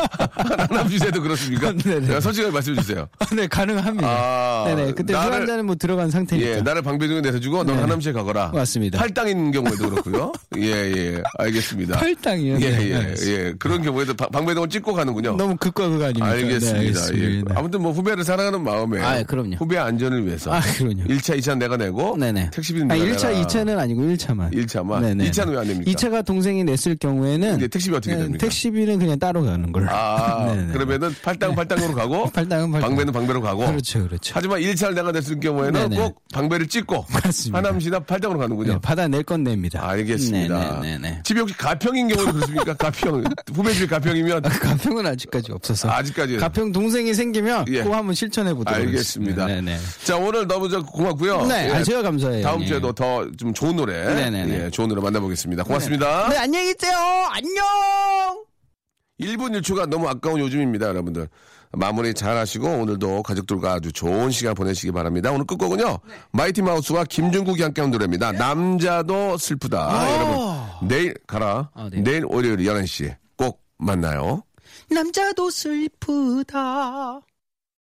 Speaker 2: 하남신대도 그렇습니까?
Speaker 3: 네네.
Speaker 2: 네, 솔직하게 말씀해 주세요.
Speaker 3: 네 가능합니다
Speaker 2: 아,
Speaker 3: 네네 그때
Speaker 2: 나를-
Speaker 3: 술한 잔은 뭐 들어간 상태니까
Speaker 2: 예, 나를 방배동에 내서주고 넌
Speaker 3: 네네.
Speaker 2: 하남시에 가거라.
Speaker 3: 맞습니다.
Speaker 2: 팔당인 경우에도 그렇고요. 예, 예, 알겠습니다.
Speaker 3: 팔당이요
Speaker 2: 예,
Speaker 3: 네,
Speaker 2: 예,
Speaker 3: 알겠습니다. 네,
Speaker 2: 예. 그런 경우에도 바- 방배동을 찍고 가는군요.
Speaker 3: 너무 극과 극 아닙니까
Speaker 2: 알겠습니다.
Speaker 3: 네,
Speaker 2: 예.
Speaker 3: 알겠습니다.
Speaker 2: 아무튼 뭐 후배를 사랑하는 마음에
Speaker 3: 아, 그럼요.
Speaker 2: 후배 안전을 위해서
Speaker 3: 아, 그럼요.
Speaker 2: 1차, 2차는 내가 내고
Speaker 3: 네네.
Speaker 2: 택시비는
Speaker 3: 아,
Speaker 2: 내가
Speaker 3: 1차,
Speaker 2: 내라.
Speaker 3: 2차는 아니고 1차만.
Speaker 2: 1차만? 2차는 왜안 됩니까?
Speaker 3: 2차가 동생이 냈을 경우에는
Speaker 2: 이제 택시비 어떻게
Speaker 3: 네,
Speaker 2: 됩니까?
Speaker 3: 택시비는 그냥 따로 가는 걸로.
Speaker 2: 아,
Speaker 3: 네네.
Speaker 2: 그러면은 팔당 팔당으로 가고
Speaker 3: 팔당은 팔당.
Speaker 2: 방배는 방배로 가고
Speaker 3: 그렇죠, 그렇죠.
Speaker 2: 하지만 1차를 내가 냈을 경우에는
Speaker 3: 네네.
Speaker 2: 꼭 방배를 찍고
Speaker 3: 맞습니다.
Speaker 2: 하남시나 팔당으로 가는군요.
Speaker 3: 네, 받아 낼건 냅니다.
Speaker 2: 알겠습니다.
Speaker 3: 네, 네, 네, 네.
Speaker 2: 집이 혹시 가평인 경우도 그렇습니까? 가평 후배 집 가평이면
Speaker 3: 아, 가평은 아직까지 없어서.
Speaker 2: 아직까지.
Speaker 3: 가평 동생이 생기면
Speaker 2: 예.
Speaker 3: 꼭 한번 실천해 보도록
Speaker 2: 알겠습니다.
Speaker 3: 하겠습니다. 네네.
Speaker 2: 자 오늘 너무 저 고맙고요.
Speaker 3: 네, 아, 제가 감사해요.
Speaker 2: 다음
Speaker 3: 예.
Speaker 2: 주에도 더 좀 좋은 노래,
Speaker 3: 네네네.
Speaker 2: 예, 좋은 노래 만나보겠습니다. 고맙습니다.
Speaker 3: 네, 안녕히 계세요. 안녕!
Speaker 2: 1분 1초가 너무 아까운 요즘입니다, 여러분들. 마무리 잘 하시고 오늘도 가족들과 아주 좋은 시간 보내시기 바랍니다. 오늘 끝곡은요.
Speaker 3: 네.
Speaker 2: 마이티 마우스와 김종국이 함께한 노래입니다. 남자도 슬프다. 여러분 내일 가라.
Speaker 3: 아, 네.
Speaker 2: 내일 월요일 11시에 꼭 만나요.
Speaker 4: 남자도 슬프다.